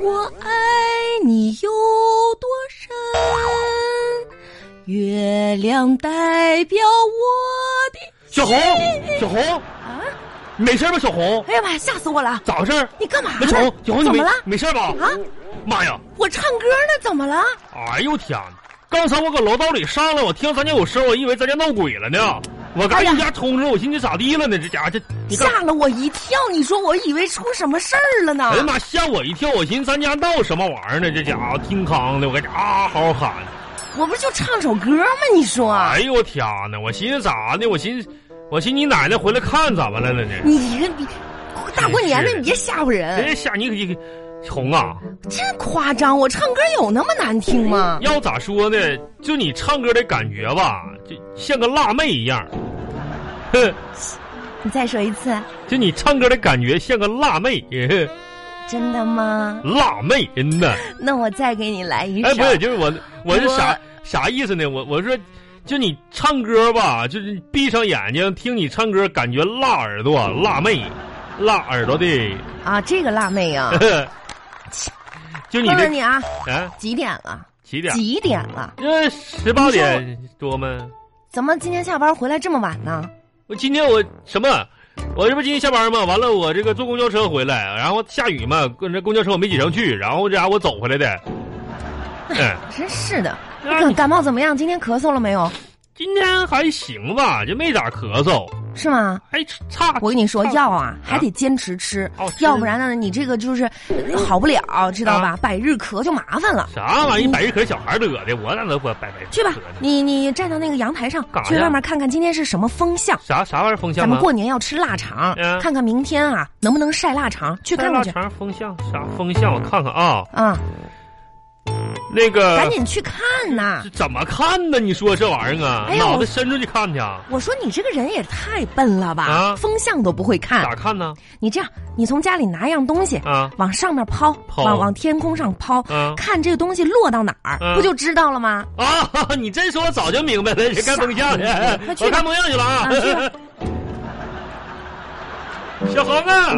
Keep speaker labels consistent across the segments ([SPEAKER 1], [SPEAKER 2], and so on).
[SPEAKER 1] 我爱你有多深？月亮代表我的
[SPEAKER 2] 小红，小红，
[SPEAKER 1] 啊！
[SPEAKER 2] 你没事吧？小红，
[SPEAKER 1] 哎呀妈呀，吓死我了！
[SPEAKER 2] 咋回事？
[SPEAKER 1] 你干嘛
[SPEAKER 2] 那
[SPEAKER 1] 呢？
[SPEAKER 2] 小红，小红，你
[SPEAKER 1] 怎
[SPEAKER 2] 没
[SPEAKER 1] 么了？
[SPEAKER 2] 没事吧？
[SPEAKER 1] 啊！
[SPEAKER 2] 妈呀！
[SPEAKER 1] 我唱歌呢，怎么了？
[SPEAKER 2] 哎呦天！刚才我搁楼道里上来，我听咱家有声，我以为咱家闹鬼了呢。我刚
[SPEAKER 1] 哎呀
[SPEAKER 2] 一家冲着，我寻思咋地了呢？这家伙这你干
[SPEAKER 1] 吓了我一跳！你说我以为出什么事儿了呢
[SPEAKER 2] 哎？呀妈！吓我一跳！我寻思咱家闹什么玩意儿呢？这家伙听康的，我搁家啊好喊。
[SPEAKER 1] 我不是就唱首歌吗？你说，
[SPEAKER 2] 哎呦我天哪！我寻思咋的？我寻思，我寻思你奶奶回来看咱们来了呢。
[SPEAKER 1] 你一个你大过年的，你别吓唬人，
[SPEAKER 2] 哎，吓你你红啊！
[SPEAKER 1] 真夸张！我唱歌有那么难听吗？
[SPEAKER 2] 要咋说呢？就你唱歌的感觉吧，就像个辣妹一样。哼，
[SPEAKER 1] 你再说一次，
[SPEAKER 2] 就你唱歌的感觉像个辣妹， 呵呵
[SPEAKER 1] 真的吗？
[SPEAKER 2] 辣妹，真的。
[SPEAKER 1] 那我再给你来一首。
[SPEAKER 2] 哎，不是，就是我，我是
[SPEAKER 1] 我
[SPEAKER 2] 啥啥意思呢？我我说，就你唱歌吧，就是闭上眼睛听你唱歌，感觉辣耳朵，辣妹，辣耳朵的。
[SPEAKER 1] 啊，这个辣妹啊
[SPEAKER 2] 呵，呵 就你
[SPEAKER 1] 问
[SPEAKER 2] 这
[SPEAKER 1] 问你啊，
[SPEAKER 2] 啊，
[SPEAKER 1] 几点了？
[SPEAKER 2] 几点？
[SPEAKER 1] 几点了？
[SPEAKER 2] 这十八点多吗？
[SPEAKER 1] 怎么今天下班回来这么晚呢？
[SPEAKER 2] 我今天我什么？我这不今天下班嘛，完了我这个坐公交车回来，然后下雨嘛，跟这公交车我没挤上去，然后这家伙我走回来的。 嗯，
[SPEAKER 1] 真是的，你
[SPEAKER 2] 那
[SPEAKER 1] 感
[SPEAKER 2] 你
[SPEAKER 1] 感冒怎么样？今天咳嗽了没有？
[SPEAKER 2] 今天还行吧，就没咋咳嗽，
[SPEAKER 1] 是吗？
[SPEAKER 2] 还差。
[SPEAKER 1] 我跟你说，
[SPEAKER 2] 啊
[SPEAKER 1] 药啊还得坚持吃
[SPEAKER 2] 哦，吃
[SPEAKER 1] 要不然呢，你这个就是呃好不了，知道
[SPEAKER 2] 啊
[SPEAKER 1] 吧？百日咳就麻烦了。
[SPEAKER 2] 啥玩意儿？百日咳小孩得的，我咋能不百日咳呢
[SPEAKER 1] 去吧，你你站到那个阳台上
[SPEAKER 2] 干，啥
[SPEAKER 1] 去
[SPEAKER 2] 呀
[SPEAKER 1] 外面看看今天是什么风向。
[SPEAKER 2] 啥啥玩意儿风
[SPEAKER 1] 咱
[SPEAKER 2] 向啊
[SPEAKER 1] 们
[SPEAKER 2] 吗？
[SPEAKER 1] 过年要吃腊肠，
[SPEAKER 2] 嗯
[SPEAKER 1] 看看明天啊能不能晒腊肠，去看
[SPEAKER 2] 大
[SPEAKER 1] 看去
[SPEAKER 2] 肠风向啥风向？我看看啊，
[SPEAKER 1] 啊！
[SPEAKER 2] 那个
[SPEAKER 1] 赶紧去看呐
[SPEAKER 2] 这！怎么看呢？你说这玩意儿啊，
[SPEAKER 1] 哎呦
[SPEAKER 2] 脑袋伸出去看去啊？
[SPEAKER 1] 我说你这个人也太笨了吧，
[SPEAKER 2] 啊
[SPEAKER 1] 风向都不会看
[SPEAKER 2] 咋。看呢？
[SPEAKER 1] 你这样，你从家里拿一样东西，
[SPEAKER 2] 啊
[SPEAKER 1] 往上面抛，
[SPEAKER 2] 抛
[SPEAKER 1] 往往天空上抛，
[SPEAKER 2] 啊
[SPEAKER 1] 看这个东西落到哪儿，
[SPEAKER 2] 嗯
[SPEAKER 1] 不就知道了吗？
[SPEAKER 2] 啊！ 你这说我早就明白了，这看风向去
[SPEAKER 1] 傻逼快，去吧
[SPEAKER 2] 我看风向去了啊
[SPEAKER 1] 啊去吧。
[SPEAKER 2] 小红啊，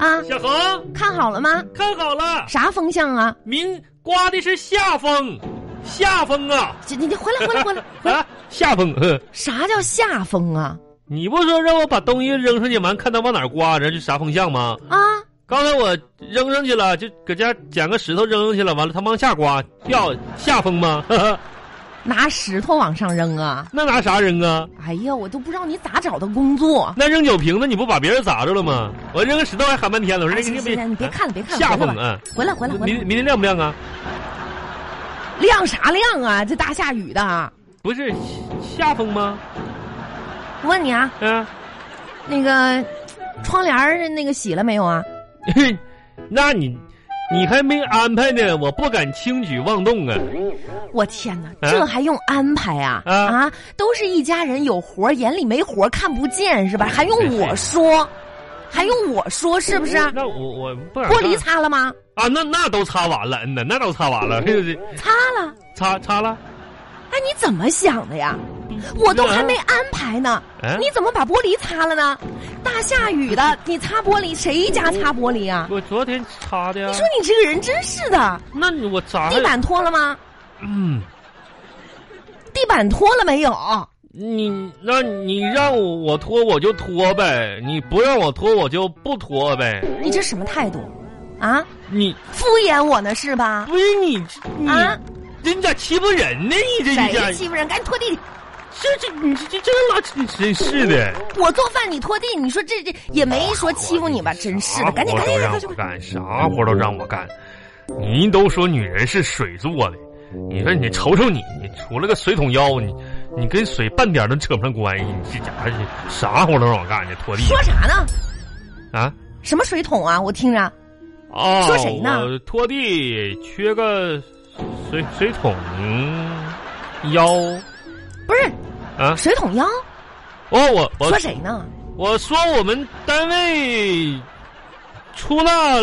[SPEAKER 1] 啊，
[SPEAKER 2] 小红，
[SPEAKER 1] 看好了吗？
[SPEAKER 2] 看好了，
[SPEAKER 1] 啥风向啊？
[SPEAKER 2] 明刮的是夏风，夏风啊
[SPEAKER 1] 这你你回来回来 回来回来！
[SPEAKER 2] 啊，夏风。呵
[SPEAKER 1] 啥叫下风啊？
[SPEAKER 2] 你不说让我把东西扔上去，完看它往哪儿刮，然后就啥风向吗？
[SPEAKER 1] 啊，
[SPEAKER 2] 刚才我扔上去了，就搁家捡个石头扔上去了，完了它往下刮，掉下风吗？ 呵呵
[SPEAKER 1] 拿石头往上扔啊！
[SPEAKER 2] 那拿啥扔啊？
[SPEAKER 1] 哎呀，我都不知道你咋找的工作。
[SPEAKER 2] 那扔酒瓶子，你不把别人砸着了吗？我扔个石头还喊半天了，我
[SPEAKER 1] 哎
[SPEAKER 2] 说
[SPEAKER 1] 行
[SPEAKER 2] 你啊
[SPEAKER 1] 行行，你别看了，别看了，
[SPEAKER 2] 下
[SPEAKER 1] 回
[SPEAKER 2] 风
[SPEAKER 1] 来吧，
[SPEAKER 2] 啊！
[SPEAKER 1] 回来回来回
[SPEAKER 2] 明
[SPEAKER 1] 来，
[SPEAKER 2] 明天亮不亮啊？
[SPEAKER 1] 亮啥亮啊？这大下雨的，
[SPEAKER 2] 不是下风吗？
[SPEAKER 1] 我问你啊，
[SPEAKER 2] 啊，
[SPEAKER 1] 那个窗帘儿那个洗了没有啊？
[SPEAKER 2] 那你你还没安排呢，我不敢轻举妄动啊！
[SPEAKER 1] 我天哪，
[SPEAKER 2] 啊
[SPEAKER 1] 这还用安排啊？
[SPEAKER 2] 啊
[SPEAKER 1] 啊，都是一家人，有活儿眼里没活儿看不见
[SPEAKER 2] 哎
[SPEAKER 1] 是吧？还用我说？还用我说是不是？啊
[SPEAKER 2] 那我我不敢
[SPEAKER 1] 玻璃
[SPEAKER 2] 干
[SPEAKER 1] 擦了吗？
[SPEAKER 2] 啊，那那都擦完了，嗯呐，那都擦完了，对对对，
[SPEAKER 1] 擦了。
[SPEAKER 2] 擦擦了。
[SPEAKER 1] 哎，你怎么想的呀？我都还没安排呢，
[SPEAKER 2] 嗯
[SPEAKER 1] 你怎么把玻璃擦了呢？大下雨的，你擦玻璃，谁家擦玻璃啊？
[SPEAKER 2] 我昨天擦的呀啊
[SPEAKER 1] 你。说你这个人真是的，
[SPEAKER 2] 那你我咋还
[SPEAKER 1] 地？板拖了吗？
[SPEAKER 2] 嗯，
[SPEAKER 1] 地板拖了没有？
[SPEAKER 2] 你那你让我我拖我就拖呗，你不让我拖我就不拖呗。
[SPEAKER 1] 你这什么态度？啊，
[SPEAKER 2] 你
[SPEAKER 1] 敷衍我呢是吧？
[SPEAKER 2] 不是你你，
[SPEAKER 1] 啊，
[SPEAKER 2] 这你咋欺负人呢？你这你咋
[SPEAKER 1] 谁欺负人？赶紧拖地！
[SPEAKER 2] 这这你这这这老你真是的，
[SPEAKER 1] 我做饭你拖地，你说这这也没说欺负你吧？真是的，赶紧赶紧赶紧！赶紧
[SPEAKER 2] 干，啥活都让我干。您都说女人是水做的，你说你瞅瞅你，你除了个水桶腰，你你跟水半点都扯不上关系。你这家伙啥活都让我干，你拖地
[SPEAKER 1] 说啥呢？
[SPEAKER 2] 啊
[SPEAKER 1] 什么水桶啊？我听着，
[SPEAKER 2] 哦，
[SPEAKER 1] 说谁呢
[SPEAKER 2] 我拖地缺个水水桶腰
[SPEAKER 1] 不是
[SPEAKER 2] 啊！
[SPEAKER 1] 水桶腰，
[SPEAKER 2] 哦，我我
[SPEAKER 1] 说谁呢？
[SPEAKER 2] 我说我们单位出纳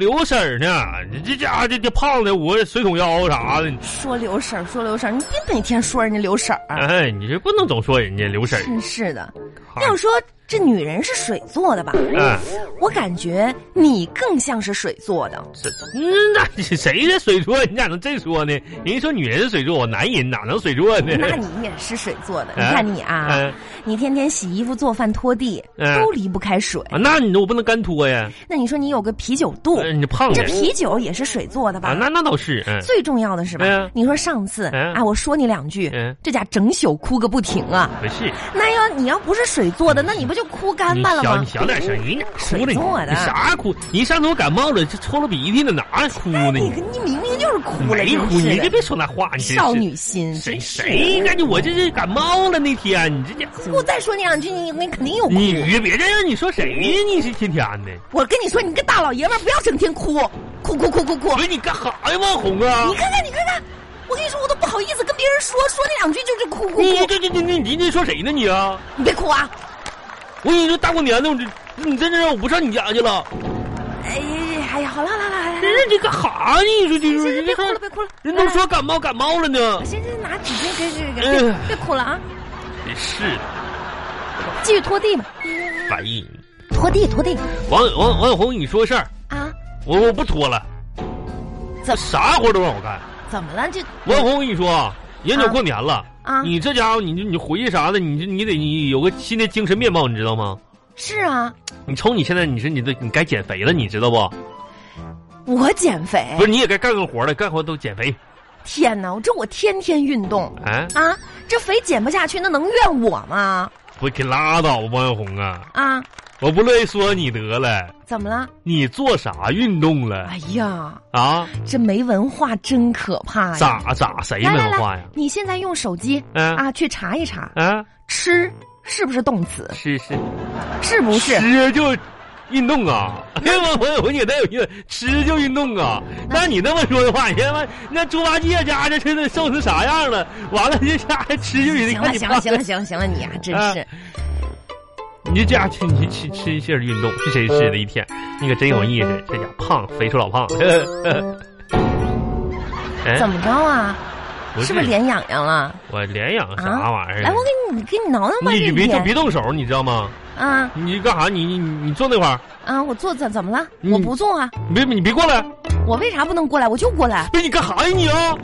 [SPEAKER 2] 刘婶儿呢，你这家伙这这胖的，我水桶腰啥的，
[SPEAKER 1] 说刘婶儿，说刘婶儿，你别每天说人家刘婶儿，
[SPEAKER 2] 哎，你这不能总说人家刘婶儿。
[SPEAKER 1] 真是的。
[SPEAKER 2] 哎
[SPEAKER 1] 要说这这女人是水做的吧？
[SPEAKER 2] 嗯，
[SPEAKER 1] 我感觉你更像是水做 的。
[SPEAKER 2] 这嗯那你谁是水做？你咋能这说呢？人家说女人是水做，我男人哪能水做呢？
[SPEAKER 1] 那你也是水做的，你
[SPEAKER 2] 哎
[SPEAKER 1] 看你啊，
[SPEAKER 2] 嗯、
[SPEAKER 1] 你天天洗衣服、做饭、拖地，
[SPEAKER 2] 哎
[SPEAKER 1] 都离不开水。
[SPEAKER 2] 啊，那你我不能干拖呀，
[SPEAKER 1] 那你说你有个啤酒肚，
[SPEAKER 2] 呃你胖
[SPEAKER 1] 这
[SPEAKER 2] 点
[SPEAKER 1] 啤酒也是水做的吧？
[SPEAKER 2] 啊，那那倒是，嗯
[SPEAKER 1] 最重要的是吧？
[SPEAKER 2] 嗯
[SPEAKER 1] 你说上次
[SPEAKER 2] 嗯
[SPEAKER 1] 啊，我说你两句，
[SPEAKER 2] 嗯，
[SPEAKER 1] 这家整宿哭个不停啊。
[SPEAKER 2] 不是，
[SPEAKER 1] 那要你要不是水做的，那你不就哭干
[SPEAKER 2] 你
[SPEAKER 1] 巴了
[SPEAKER 2] 小
[SPEAKER 1] 吗
[SPEAKER 2] 你？小点声，你哪
[SPEAKER 1] 水
[SPEAKER 2] 哭了你？
[SPEAKER 1] 做的
[SPEAKER 2] 你啥哭？你上次我感冒了，这抽了鼻涕了，哪哭呢？
[SPEAKER 1] 哎你
[SPEAKER 2] 你
[SPEAKER 1] 你明明就是哭了，
[SPEAKER 2] 没
[SPEAKER 1] 真
[SPEAKER 2] 哭，
[SPEAKER 1] 是
[SPEAKER 2] 你
[SPEAKER 1] 的
[SPEAKER 2] 就别说那话，你真是
[SPEAKER 1] 少女心，
[SPEAKER 2] 谁
[SPEAKER 1] 真是
[SPEAKER 2] 谁感觉我这是感冒了那天，你这家伙
[SPEAKER 1] 我再说你两句，你你肯定有哭。
[SPEAKER 2] 你别别这样，你说谁呢？你是天天的，
[SPEAKER 1] 我跟你说，你个大老爷们儿不要整天哭，哭哭哭哭哭
[SPEAKER 2] 不。是你干哈呀，网红啊
[SPEAKER 1] 你？看看，你看看，我跟你说，我都不好意思跟别人说，说那两句就是哭哭
[SPEAKER 2] 你
[SPEAKER 1] 哭。
[SPEAKER 2] 这这这你你你说谁呢你啊？
[SPEAKER 1] 你别哭啊！
[SPEAKER 2] 我跟你说大过年的，我这你真的让我不上你家去了，
[SPEAKER 1] 哎呀，哎呀，好了好了好了好了，好
[SPEAKER 2] 真
[SPEAKER 1] 了
[SPEAKER 2] 是你干哈呢？你说这
[SPEAKER 1] 行
[SPEAKER 2] 说
[SPEAKER 1] 行，
[SPEAKER 2] 你
[SPEAKER 1] 别哭
[SPEAKER 2] 看
[SPEAKER 1] 了别哭哎嗯了。
[SPEAKER 2] 人都
[SPEAKER 1] 来
[SPEAKER 2] 说感冒感冒了呢
[SPEAKER 1] 来，行行，拿纸巾给给给，别别哭了啊，
[SPEAKER 2] 真是的
[SPEAKER 1] 继续拖地吧，
[SPEAKER 2] 反应。
[SPEAKER 1] 拖地拖地
[SPEAKER 2] 王王王小红，你说事儿，
[SPEAKER 1] 啊！
[SPEAKER 2] 我我不拖了，
[SPEAKER 1] 怎
[SPEAKER 2] 啥活都让我干。
[SPEAKER 1] 怎么了？这
[SPEAKER 2] 王小红，我跟你说啊，眼瞅过年了。
[SPEAKER 1] 啊
[SPEAKER 2] 你这家伙，你就你回去啥的，你就你得你有个新的精神面貌，你知道吗？
[SPEAKER 1] 是啊，
[SPEAKER 2] 你瞅你现在，你是你的，你该减肥了，你知道不？
[SPEAKER 1] 我减肥，
[SPEAKER 2] 不是，你也该干个活了，干活都减肥。
[SPEAKER 1] 天哪，我这我天天运动
[SPEAKER 2] 哎，
[SPEAKER 1] 啊，这肥减不下去，那能怨我吗？
[SPEAKER 2] 不，给拉倒吧，王小红啊！
[SPEAKER 1] 啊，
[SPEAKER 2] 我不乐意说你得了，
[SPEAKER 1] 怎么了？
[SPEAKER 2] 你做啥运动了
[SPEAKER 1] 哎呀，
[SPEAKER 2] 啊？
[SPEAKER 1] 这没文化真可怕哎呀！
[SPEAKER 2] 咋咋谁
[SPEAKER 1] 来
[SPEAKER 2] 没
[SPEAKER 1] 来
[SPEAKER 2] 文化
[SPEAKER 1] 来
[SPEAKER 2] 呀，？
[SPEAKER 1] 你现在用手机
[SPEAKER 2] 嗯
[SPEAKER 1] 啊去查一查，
[SPEAKER 2] 啊，
[SPEAKER 1] 吃是不是动词？
[SPEAKER 2] 是是，
[SPEAKER 1] 是不是？
[SPEAKER 2] 吃就运动 啊！我我我觉得有意思，吃就运动啊！
[SPEAKER 1] 嗯
[SPEAKER 2] 那你那么说的话，你他妈那猪八戒家这吃的瘦成啥样了？完了这家伙吃就运
[SPEAKER 1] 行
[SPEAKER 2] 动，
[SPEAKER 1] 了行了行了行了行了，你呀、真是、
[SPEAKER 2] 啊你这家吃你吃吃一下运动，是谁吃的一天？你可真有意思，这家胖肥瘦老胖。 哎
[SPEAKER 1] 怎么着啊？
[SPEAKER 2] 不
[SPEAKER 1] 是不是脸痒痒了？
[SPEAKER 2] 我脸痒
[SPEAKER 1] 啊
[SPEAKER 2] 啥玩意儿？
[SPEAKER 1] 来，我给你给你啊挠挠吧，
[SPEAKER 2] 你
[SPEAKER 1] 这
[SPEAKER 2] 你别就别
[SPEAKER 1] 边
[SPEAKER 2] 动手，你知道吗？
[SPEAKER 1] 啊
[SPEAKER 2] 你干啥？你你你你坐那块儿，
[SPEAKER 1] 啊！我坐怎怎么了？
[SPEAKER 2] 嗯
[SPEAKER 1] 我不坐啊！
[SPEAKER 2] 你别你别过来！
[SPEAKER 1] 我为啥不能过来？我就过来！
[SPEAKER 2] 不是你干啥呀你啊？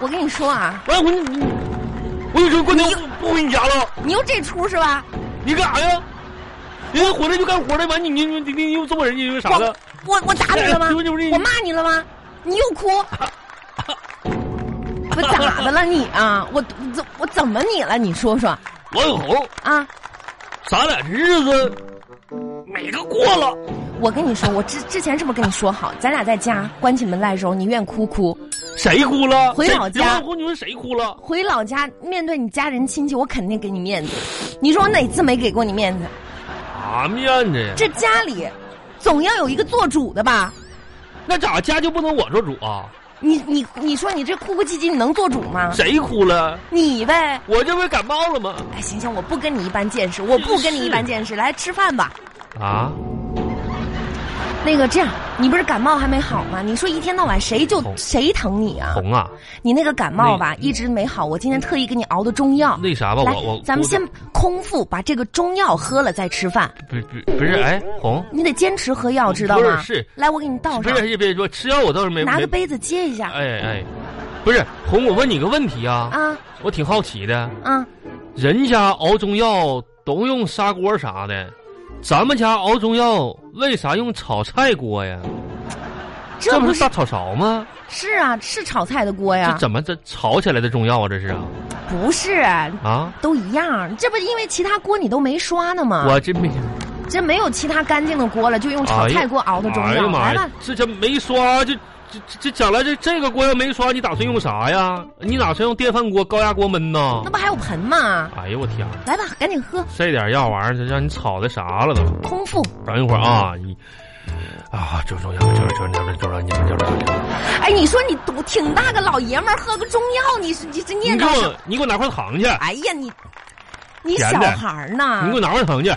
[SPEAKER 1] 我跟你说啊，
[SPEAKER 2] 完了我你你，我跟你说过年我不不回你家了，
[SPEAKER 1] 你又这出是吧？
[SPEAKER 2] 你干啥呀？人家回来就干活了，完你你你你你又揍人家又啥的？
[SPEAKER 1] 我我打你了吗
[SPEAKER 2] 哎不是不是？
[SPEAKER 1] 我骂你了吗？你又哭？ 不咋的了你啊？我我怎我怎么你了？你说说
[SPEAKER 2] 王小红，
[SPEAKER 1] 啊！
[SPEAKER 2] 咱俩这日子哪个过了？
[SPEAKER 1] 我跟你说，我之之前是不是跟你说好，咱俩在家关起门来的时候，你愿哭哭。
[SPEAKER 2] 谁哭了？
[SPEAKER 1] 回
[SPEAKER 2] 谁
[SPEAKER 1] 老家
[SPEAKER 2] 王小红，你说谁哭了？
[SPEAKER 1] 回老家面对你家人亲戚，我肯定给你面子。你说我哪次没给过你面子？
[SPEAKER 2] 啥面子呀？
[SPEAKER 1] 这家里总要有一个做主的吧？
[SPEAKER 2] 那咋家就不能我做主啊？
[SPEAKER 1] 你你你说你这哭哭唧唧，你能做主吗？
[SPEAKER 2] 谁哭了？
[SPEAKER 1] 你呗。
[SPEAKER 2] 我这不是感冒了吗？
[SPEAKER 1] 哎，行行，我不跟你一般见识，我不跟你一般见识。来吃饭吧。
[SPEAKER 2] 啊，
[SPEAKER 1] 那个这样，你不是感冒还没好吗？你说一天到晚谁就
[SPEAKER 2] 红
[SPEAKER 1] 谁疼你啊？
[SPEAKER 2] 红啊，
[SPEAKER 1] 你那个感冒吧，一直没好。我今天特意给你熬的中药。
[SPEAKER 2] 那啥吧，
[SPEAKER 1] 来
[SPEAKER 2] 我我，
[SPEAKER 1] 咱们
[SPEAKER 2] 我
[SPEAKER 1] 先空腹把这个中药喝了再吃饭，
[SPEAKER 2] 不不不是哎，红
[SPEAKER 1] 你得坚持喝药，知道
[SPEAKER 2] 不是
[SPEAKER 1] 吗？
[SPEAKER 2] 是
[SPEAKER 1] 来，我给你倒
[SPEAKER 2] 不
[SPEAKER 1] 上。
[SPEAKER 2] 是也别说吃药，我倒是没
[SPEAKER 1] 拿
[SPEAKER 2] 没
[SPEAKER 1] 个杯子接一下。
[SPEAKER 2] 哎哎，不是红，我问你个问题啊，
[SPEAKER 1] 啊
[SPEAKER 2] 我挺好奇的，
[SPEAKER 1] 啊，
[SPEAKER 2] 人家熬中药都用砂锅啥的，咱们家熬中药为啥用炒菜锅呀？
[SPEAKER 1] 这
[SPEAKER 2] 不
[SPEAKER 1] 不
[SPEAKER 2] 是
[SPEAKER 1] 是
[SPEAKER 2] 大炒勺吗？
[SPEAKER 1] 是啊，是炒菜的锅
[SPEAKER 2] 这
[SPEAKER 1] 呀？
[SPEAKER 2] 怎么这炒起来的中药啊？这是啊
[SPEAKER 1] 不是，
[SPEAKER 2] 啊！
[SPEAKER 1] 都一样。这不因为其他锅你都没刷呢吗？
[SPEAKER 2] 我这没
[SPEAKER 1] 这没有其他干净的锅了，就用啊炒菜锅熬的中
[SPEAKER 2] 哎呀
[SPEAKER 1] 药。
[SPEAKER 2] 妈
[SPEAKER 1] 来
[SPEAKER 2] 呀
[SPEAKER 1] 吧，，
[SPEAKER 2] 这这没刷就。这这这将来这这个锅要没刷，你打算用啥呀？你打算用电饭锅、高压锅焖呢
[SPEAKER 1] 那？不还有盆吗？
[SPEAKER 2] 哎呦我天啊，
[SPEAKER 1] 来吧，赶紧喝，
[SPEAKER 2] 这点药玩意儿，这让你炒的啥了都？
[SPEAKER 1] 空腹。
[SPEAKER 2] 等一会儿啊，你啊，中中药，中中中中中中中中中，
[SPEAKER 1] 哎，你说你我挺大个老爷们儿，喝个中药，你是你这
[SPEAKER 2] 你
[SPEAKER 1] 念
[SPEAKER 2] 给
[SPEAKER 1] 叨什么？
[SPEAKER 2] 我你给我拿块糖去，
[SPEAKER 1] 哎呀，你你
[SPEAKER 2] 甜
[SPEAKER 1] 小
[SPEAKER 2] 的
[SPEAKER 1] 孩儿呢
[SPEAKER 2] 你给？我拿块糖去，
[SPEAKER 1] 哎，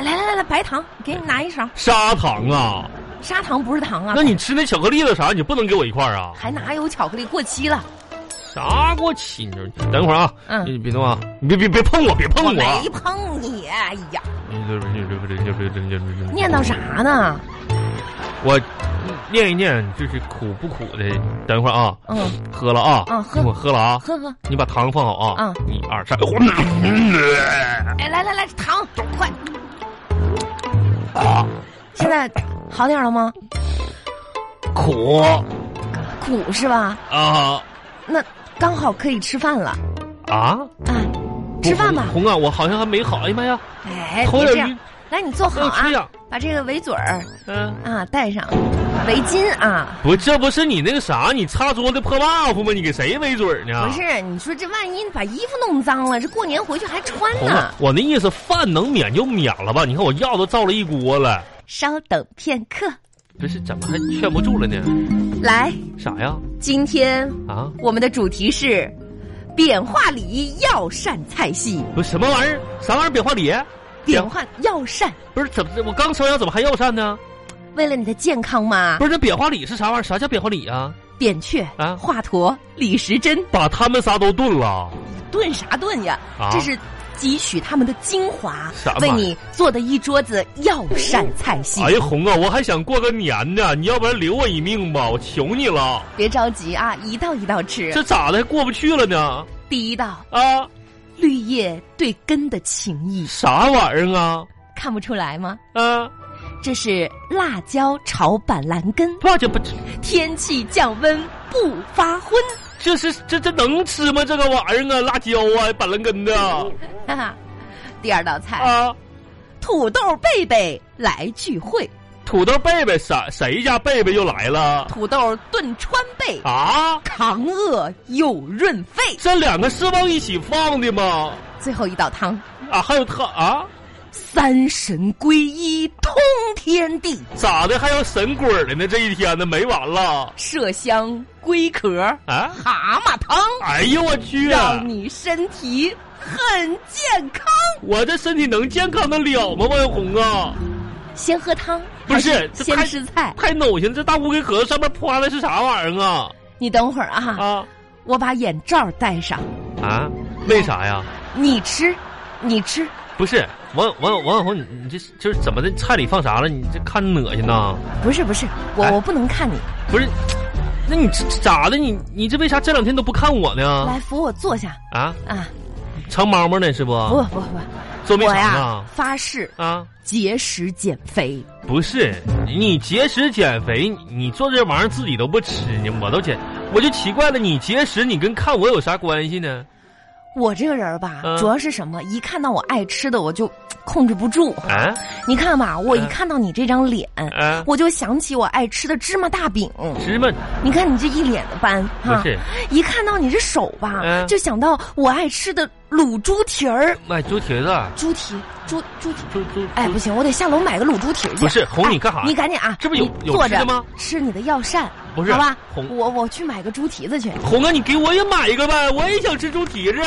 [SPEAKER 1] 来来来来，白糖，给你拿一勺，
[SPEAKER 2] 砂糖啊？
[SPEAKER 1] 砂糖不是糖啊
[SPEAKER 2] 那，你吃那巧克力的啥，你不能给我一块儿啊？
[SPEAKER 1] 还哪有巧克力过期了？
[SPEAKER 2] 啥给我起你这？等会儿啊，
[SPEAKER 1] 嗯
[SPEAKER 2] 你别动啊，你别别别碰我，别碰
[SPEAKER 1] 我
[SPEAKER 2] 我啊
[SPEAKER 1] 没！碰你，哎呀，
[SPEAKER 2] 你这你这你这你这你这你这
[SPEAKER 1] 念叨啥？呢？
[SPEAKER 2] 我念一念，就是苦不苦的。等一会儿啊，
[SPEAKER 1] 嗯，
[SPEAKER 2] 喝了啊，
[SPEAKER 1] 嗯喝
[SPEAKER 2] 我喝了啊，
[SPEAKER 1] 喝喝，
[SPEAKER 2] 你把糖放好啊。
[SPEAKER 1] 嗯
[SPEAKER 2] 一二三，
[SPEAKER 1] 哎，来来来，糖，快！现在好点了吗？
[SPEAKER 2] 苦
[SPEAKER 1] 苦是吧？
[SPEAKER 2] 啊
[SPEAKER 1] 那刚好可以吃饭了
[SPEAKER 2] 啊！
[SPEAKER 1] 啊！吃饭吧。
[SPEAKER 2] 红啊，我好像还没好。哎呀妈呀，
[SPEAKER 1] 哎，
[SPEAKER 2] 头
[SPEAKER 1] 别
[SPEAKER 2] 有
[SPEAKER 1] 这
[SPEAKER 2] 点
[SPEAKER 1] 样，来，你坐
[SPEAKER 2] 还
[SPEAKER 1] 好
[SPEAKER 2] 有
[SPEAKER 1] 啊
[SPEAKER 2] 缺，氧。
[SPEAKER 1] 把这个围嘴儿
[SPEAKER 2] 嗯，
[SPEAKER 1] 啊戴上，围巾啊。
[SPEAKER 2] 不，这不是你那个啥，你擦桌子破袜子吗？你给谁围嘴呢？
[SPEAKER 1] 不是，你说这万一把衣服弄脏了，这过年回去还穿
[SPEAKER 2] 红啊
[SPEAKER 1] 呢。，
[SPEAKER 2] 我那意思，饭能免就免了吧。你看我药都造了一锅了，
[SPEAKER 1] 稍等片刻，
[SPEAKER 2] 不是怎么还劝不住了呢？
[SPEAKER 1] 来，
[SPEAKER 2] 啥呀？
[SPEAKER 1] 今天
[SPEAKER 2] 啊，
[SPEAKER 1] 我们的主题是扁化礼仪药膳菜系，
[SPEAKER 2] 不是什么玩意儿？啥玩意儿？扁花梨？
[SPEAKER 1] 扁化药膳，
[SPEAKER 2] 不是怎么？我刚烧药，怎么还药膳呢？
[SPEAKER 1] 为了你的健康嘛
[SPEAKER 2] 不。是这扁花里是啥玩意儿？啥叫扁花里啊？
[SPEAKER 1] 扁鹊
[SPEAKER 2] 啊
[SPEAKER 1] 华佗、李时珍，
[SPEAKER 2] 把他们仨都炖了。
[SPEAKER 1] 炖啥炖呀？
[SPEAKER 2] 啊
[SPEAKER 1] 这是汲取他们的精华
[SPEAKER 2] 什，么
[SPEAKER 1] 为你做的一桌子药膳菜系。
[SPEAKER 2] 哎呀，红啊，我还想过个年呢，你要不然留我一命吧，我求你了。
[SPEAKER 1] 别着急啊，一道一道吃。
[SPEAKER 2] 这咋的还过不去了呢？
[SPEAKER 1] 第一道，
[SPEAKER 2] 啊，
[SPEAKER 1] 绿叶对根的情谊，
[SPEAKER 2] 啥玩意儿啊？
[SPEAKER 1] 看不出来吗？
[SPEAKER 2] 啊，
[SPEAKER 1] 这是辣椒炒板蓝根，
[SPEAKER 2] 不这不这
[SPEAKER 1] 天气降温不发昏。
[SPEAKER 2] 这是这这能吃吗？这个玩意儿啊，辣椒啊，板蓝根的
[SPEAKER 1] 哈哈，第二道菜，
[SPEAKER 2] 啊，
[SPEAKER 1] 土豆贝贝来聚会，
[SPEAKER 2] 土豆贝贝谁谁家贝贝又来了
[SPEAKER 1] 土豆炖川贝，
[SPEAKER 2] 啊？
[SPEAKER 1] 扛饿又润肺。
[SPEAKER 2] 这两个是往一起放的吗？
[SPEAKER 1] 最后一道汤，
[SPEAKER 2] 啊，还有他啊，
[SPEAKER 1] 三神归一通天地，
[SPEAKER 2] 咋的还要神鬼儿的呢？这一天呢没完了
[SPEAKER 1] 麝香龟壳
[SPEAKER 2] 啊！
[SPEAKER 1] 蛤蟆汤，
[SPEAKER 2] 哎呦我去，
[SPEAKER 1] 让你身体很健康。
[SPEAKER 2] 我这身体能健康的了吗？万红啊，
[SPEAKER 1] 先喝汤，
[SPEAKER 2] 不
[SPEAKER 1] 还
[SPEAKER 2] 是
[SPEAKER 1] 是
[SPEAKER 2] 这
[SPEAKER 1] 先
[SPEAKER 2] 太
[SPEAKER 1] 吃菜。
[SPEAKER 2] 太恶心了！这大乌龟壳上面趴的是啥玩意儿啊？
[SPEAKER 1] 你等会儿啊，
[SPEAKER 2] 啊
[SPEAKER 1] 我把眼罩戴上。
[SPEAKER 2] 啊？为啥呀？
[SPEAKER 1] 你吃，你吃，
[SPEAKER 2] 不是王王王小红，你你这就是怎么的？菜里放啥了？你这看着恶心呐？
[SPEAKER 1] 不是不是，我、
[SPEAKER 2] 哎
[SPEAKER 1] 我不能看你，
[SPEAKER 2] 不是，那你这这咋的？你你这为啥这两天都不看我呢？
[SPEAKER 1] 来扶我坐下
[SPEAKER 2] 啊，
[SPEAKER 1] 啊！
[SPEAKER 2] 藏猫猫呢是不？
[SPEAKER 1] 不不不，
[SPEAKER 2] 捉迷
[SPEAKER 1] 我
[SPEAKER 2] 藏
[SPEAKER 1] 呀
[SPEAKER 2] 呢？
[SPEAKER 1] 发誓
[SPEAKER 2] 啊，
[SPEAKER 1] 节食减肥，
[SPEAKER 2] 不是，你节食减肥，你你做这玩意儿自己都不吃呢，我都减，我就奇怪了，你节食，你跟看我有啥关系呢？
[SPEAKER 1] 我这个人儿吧，
[SPEAKER 2] 嗯
[SPEAKER 1] 主要是什么？一看到我爱吃的，我就控制不住。
[SPEAKER 2] 啊
[SPEAKER 1] 你看吧，我一
[SPEAKER 2] 嗯
[SPEAKER 1] 看到你这张脸，
[SPEAKER 2] 啊，
[SPEAKER 1] 我就想起我爱吃的芝麻大饼。
[SPEAKER 2] 芝麻
[SPEAKER 1] 你看你这一脸的斑
[SPEAKER 2] 不
[SPEAKER 1] 哈，
[SPEAKER 2] 是，
[SPEAKER 1] 一看到你这手吧，
[SPEAKER 2] 嗯
[SPEAKER 1] 就想到我爱吃的卤猪蹄儿。
[SPEAKER 2] 买猪蹄子，
[SPEAKER 1] 猪蹄，猪猪蹄。
[SPEAKER 2] 猪猪，
[SPEAKER 1] 哎，不行，我得下楼买个卤猪蹄儿去。
[SPEAKER 2] 不是红
[SPEAKER 1] 哎
[SPEAKER 2] 你干啥
[SPEAKER 1] 你赶紧啊！
[SPEAKER 2] 这不有
[SPEAKER 1] 你
[SPEAKER 2] 有
[SPEAKER 1] 坐
[SPEAKER 2] 吃的
[SPEAKER 1] 着
[SPEAKER 2] 吗？
[SPEAKER 1] 吃你的药膳，
[SPEAKER 2] 不是
[SPEAKER 1] 好吧？
[SPEAKER 2] 红
[SPEAKER 1] 我我去买个猪蹄子去。
[SPEAKER 2] 红啊，你给我也买一个呗，我也想吃猪蹄子。